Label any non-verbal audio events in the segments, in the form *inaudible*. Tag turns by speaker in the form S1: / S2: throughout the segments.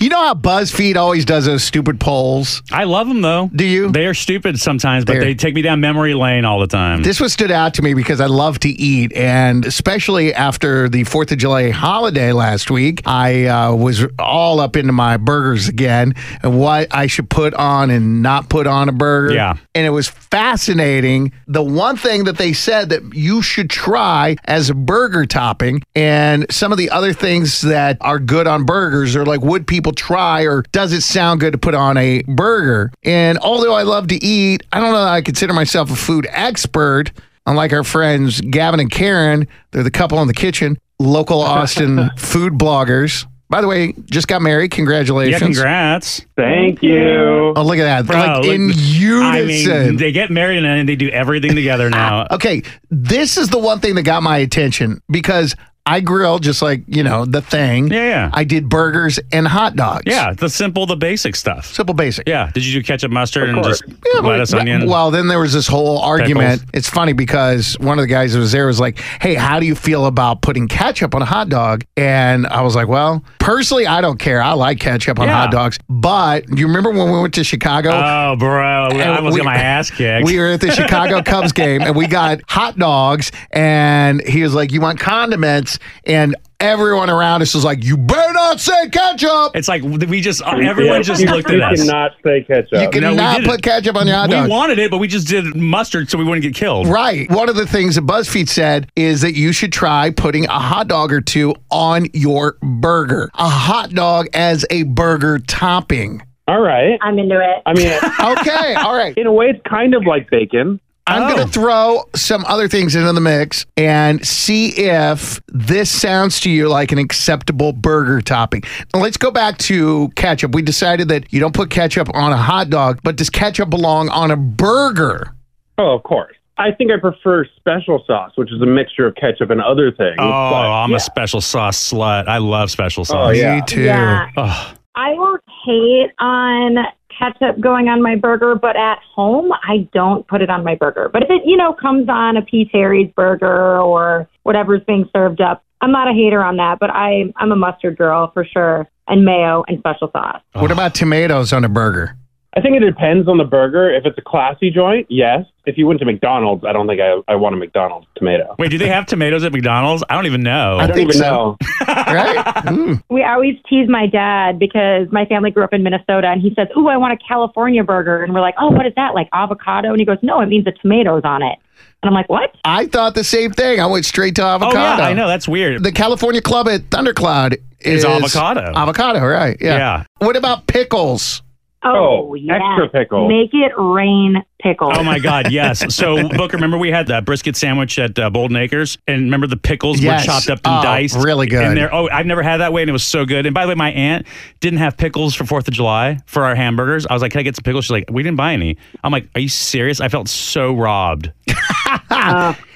S1: You know how BuzzFeed always does those stupid polls?
S2: I love them though.
S1: Do you?
S2: They are stupid sometimes, but
S1: They're-
S2: they take me down memory lane all the time.
S1: This one stood out to me because I love to eat, and especially after the Fourth of July holiday last week, I uh, was all up into my burgers again and what I should put on and not put on a burger.
S2: Yeah.
S1: and it was fascinating. The one thing that they said that you should try as a burger topping, and some of the other things that are good on burgers are like, would people try or does it sound good to put on a burger? And although I love to eat, I don't know that I consider myself a food expert. Unlike our friends Gavin and Karen, they're the couple in the kitchen,
S2: *laughs*
S1: local Austin food bloggers. By the way, just got married.
S2: yeah,
S1: Congratulations.
S2: congrats.
S3: Thank you.
S1: oh, look at that. They're
S2: Bro,
S1: like
S2: look-
S1: in
S2: I
S1: unison.
S2: mean, they get married and then they do everything
S1: *laughs*
S2: together now.
S1: Okay, this is the one thing that got my attention because I grill just like, you know, the thing.
S2: Yeah, yeah.
S1: I did burgers and hot dogs.
S2: yeah, the simple, the basic stuff.
S1: Simple basic.
S2: Yeah. Did you do ketchup, mustard, and
S3: course.
S2: just lettuce,
S1: but-
S2: onion?
S1: Well, then there was this whole argument. It's funny because one of the guys that was there was like, "Hey, how do you feel about putting ketchup on a hot dog?" And I was like, "Well, personally, I don't care. I like ketchup on
S2: Yeah.
S1: hot dogs." But you remember when we went to Chicago?
S2: oh, bro, I
S1: And
S2: was
S1: we-
S2: getting my ass kicked.
S1: We were at the Chicago Cubs game and we got hot dogs and he was like, You want condiments? And everyone around us was like, You better not say ketchup.
S2: it's like we just everyone
S3: Yeah,
S2: just
S3: you-
S2: looked at
S3: You
S2: us.
S3: cannot say ketchup.
S1: You
S2: no, we
S1: cannot
S2: didn't.
S1: put ketchup on your hot
S2: We
S1: dog.
S2: wanted it, but we just did mustard so we wouldn't get killed.
S1: Right. One of the things that BuzzFeed said is that you should try putting a hot dog or two on your burger. A hot dog as a burger topping.
S3: All right.
S4: I'm into it.
S1: *laughs*
S3: I mean,
S1: Okay. All right.
S3: in a way, it's kind of like bacon.
S1: I'm
S2: Oh.
S1: going to throw some other things into the mix and see if this sounds to you like an acceptable burger topping. Now, let's go back to ketchup. We decided that you don't put ketchup on a hot dog, but does ketchup belong on a burger?
S3: Oh, of course. I think I prefer special sauce, which is a mixture of ketchup and other things.
S2: Oh, I'm
S3: yeah.
S2: a special sauce slut. I love special sauce.
S3: Oh, yeah.
S1: Me too.
S4: Yeah.
S2: Ugh.
S4: I will hate on ketchup going on my burger, but at home I don't put it on my burger. But if it, you know, comes on a P. Terry's burger or whatever's being served up, I'm not a hater on that. But I, I'm a mustard girl for sure, and mayo and special sauce.
S1: What about tomatoes on a burger?
S3: I think it depends on the burger. If it's a classy joint, yes. If you went to McDonald's, I don't think I, I want a McDonald's tomato.
S2: Wait, do they have tomatoes at McDonald's? I don't even know.
S1: I
S3: I don't
S1: think
S3: even
S1: so.
S3: know.
S2: *laughs*
S1: Right? Hmm. Ooh.
S4: We always tease my dad because my family grew up in Minnesota, and he says, "Ooh, I want a California burger," and we're like, "Oh, what is that? Like avocado?" And he goes, "No, it means the tomatoes on it." And I'm like, "What?"
S1: I thought the same thing. I went straight to
S2: oh
S1: avocado.
S2: yeah, I know that's weird.
S1: The California club at Thundercloud is,
S2: Is avocado.
S1: Avocado, right. Yeah.
S2: Yeah.
S1: What about pickles?
S4: Oh,
S3: Oh,
S4: yes.
S3: extra pickle.
S4: Make it rain pickle.
S2: Oh my God! Yes.
S1: *laughs*
S2: So Booker, remember we had that brisket sandwich at uh, Bolden Acres, and remember the pickles
S1: Yes.
S2: were chopped up and
S1: Oh,
S2: diced.
S1: really good.
S2: And there, oh, I've never had that way, and it was so good. And by the way, my aunt didn't have pickles for Fourth of July for our hamburgers. I was like, "Can I get some pickles?" She's like, "We didn't buy any." I'm like, "Are you serious?" I felt so robbed.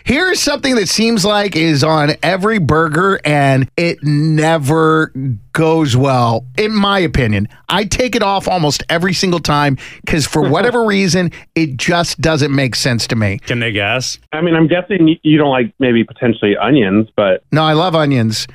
S1: Here's something that seems like is on every burger and it never goes well, in my opinion. I take it off almost every single time because
S2: *laughs*
S1: for whatever reason, it just doesn't make sense to me.
S2: Can they guess?
S3: I mean, I'm guessing y- you don't like maybe potentially onions, but
S1: No, I love onions.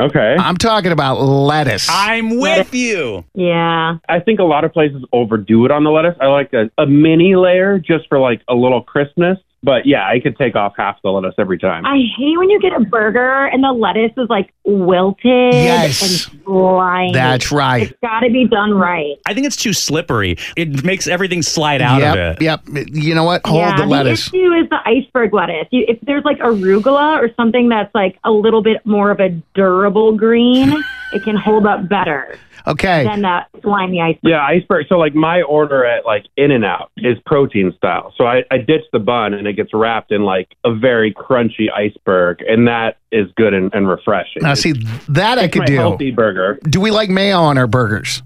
S3: okay.
S1: I'm talking about lettuce.
S2: I'm with you.
S4: Yeah.
S3: I think a lot of places overdo it on the lettuce. I like a, a mini layer just for like a little crispness. But yeah, I could take off half the lettuce every time.
S4: I hate when you get a burger and the lettuce is like wilted
S1: Yes.
S4: and slimy.
S1: That's right.
S4: It's got to be done right.
S2: I think it's too slippery. It makes everything slide out
S1: Yep,
S2: of it.
S1: yep. You know what? Hold
S4: yeah,
S1: the lettuce.
S4: The issue is the iceberg lettuce. You, if there's like arugula or something that's like a little bit more of a
S1: *laughs*
S4: durable green, it can hold up better
S1: Okay.
S4: than that slimy iceberg.
S3: Yeah, iceberg. So like my order at like In and Out is protein style. So I, I ditch the bun and it gets wrapped in like a very crunchy iceberg, and that is good and, and refreshing.
S1: Now, see, that I
S3: It's my
S1: could do.
S3: healthy burger.
S1: Do we like mayo on our burgers?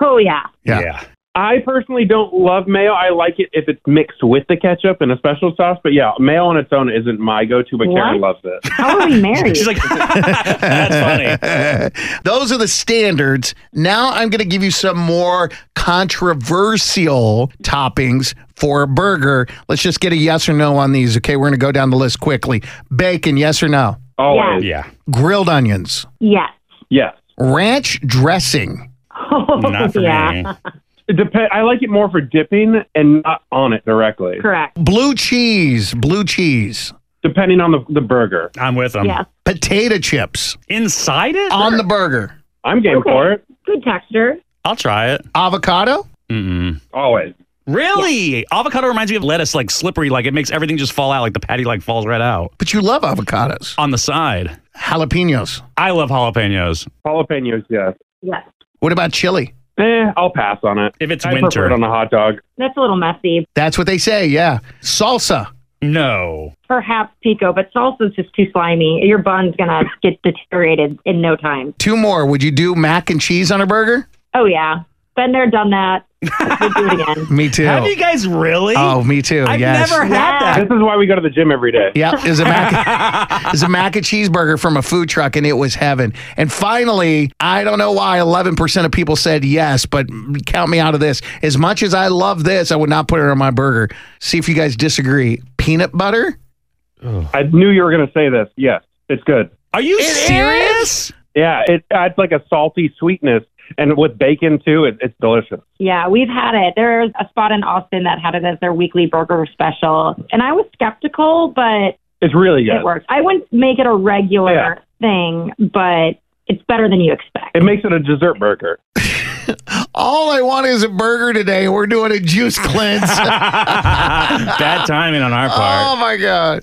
S4: Oh, yeah.
S1: Yeah.
S3: I personally don't love mayo. I like it if it's mixed with the ketchup and a special sauce. But yeah, mayo on its own isn't my go-to, but Karen loves it.
S1: *laughs*
S4: How are we married?
S2: She's like, *laughs* that's funny.
S1: Those are the standards. Now I'm going to give you some more controversial toppings for a burger. Let's just get a yes or no on these. Okay, we're going to go down the list quickly. Bacon, yes or no?
S3: Always,
S2: Yeah.
S1: Grilled onions,
S4: yes. *laughs*
S3: yes.
S1: ranch dressing,
S2: Not for
S4: yeah,
S2: me.
S3: It depend. I like it more for dipping and not on it directly,
S4: correct.
S1: Blue cheese, blue cheese,
S3: depending on the, the burger.
S2: I'm with them.
S4: yes,
S1: potato chips
S2: Inside it?
S1: on the burger,
S3: I'm game
S4: Okay.
S3: for it
S4: good texture.
S2: I'll try it.
S1: avocado.
S2: Mm-mm.
S3: always.
S2: Really? Avocado reminds me of lettuce, like slippery, like it makes everything just fall out, like the patty like falls right out
S1: But you love avocados,
S2: on the side.
S1: jalapenos.
S2: I love jalapenos.
S3: Jalapenos, yes.
S4: Yes,
S1: What about chili?
S3: Eh, I'll pass on it.
S2: If it's
S3: I prefer
S2: winter,
S3: it on a hot dog.
S4: that's a little messy.
S1: That's what they say. Yeah, salsa.
S2: no.
S4: Perhaps pico, but salsa's just too slimy. Your bun's gonna get deteriorated in no time.
S1: Two more. Would you do mac and cheese on a burger?
S4: Oh yeah, been there, done that. Would do it again. *laughs*
S1: Me too.
S2: Have you guys really?
S1: oh, me too.
S2: I've
S1: yes.
S2: never had
S3: This
S2: that.
S3: is why we go to the gym every day.
S1: *laughs* Yep, is a
S2: *laughs*
S1: mac is a mac and cheeseburger from a food truck, and it was heaven. And finally, I don't know why eleven percent of people said yes, but count me out of this. As much as I love this, I would not put it on my burger. See if you guys disagree. Peanut butter?
S3: I knew you were going to say this. Yes, it's good.
S2: Are you
S1: It is? *laughs*
S2: serious? *laughs*
S3: Yeah, it adds like a salty sweetness, and with bacon too, it, it's delicious.
S4: Yeah, we've had it. There's a spot in Austin that had it as their weekly burger special, and I was skeptical, but
S3: It's really good.
S4: it works. I wouldn't make it a regular
S3: Yeah.
S4: thing, but it's better than you expect.
S3: It makes it a dessert burger.
S1: All I want is a burger
S2: *laughs*
S1: today. We're doing a juice cleanse.
S2: Bad timing on our part.
S1: oh my god!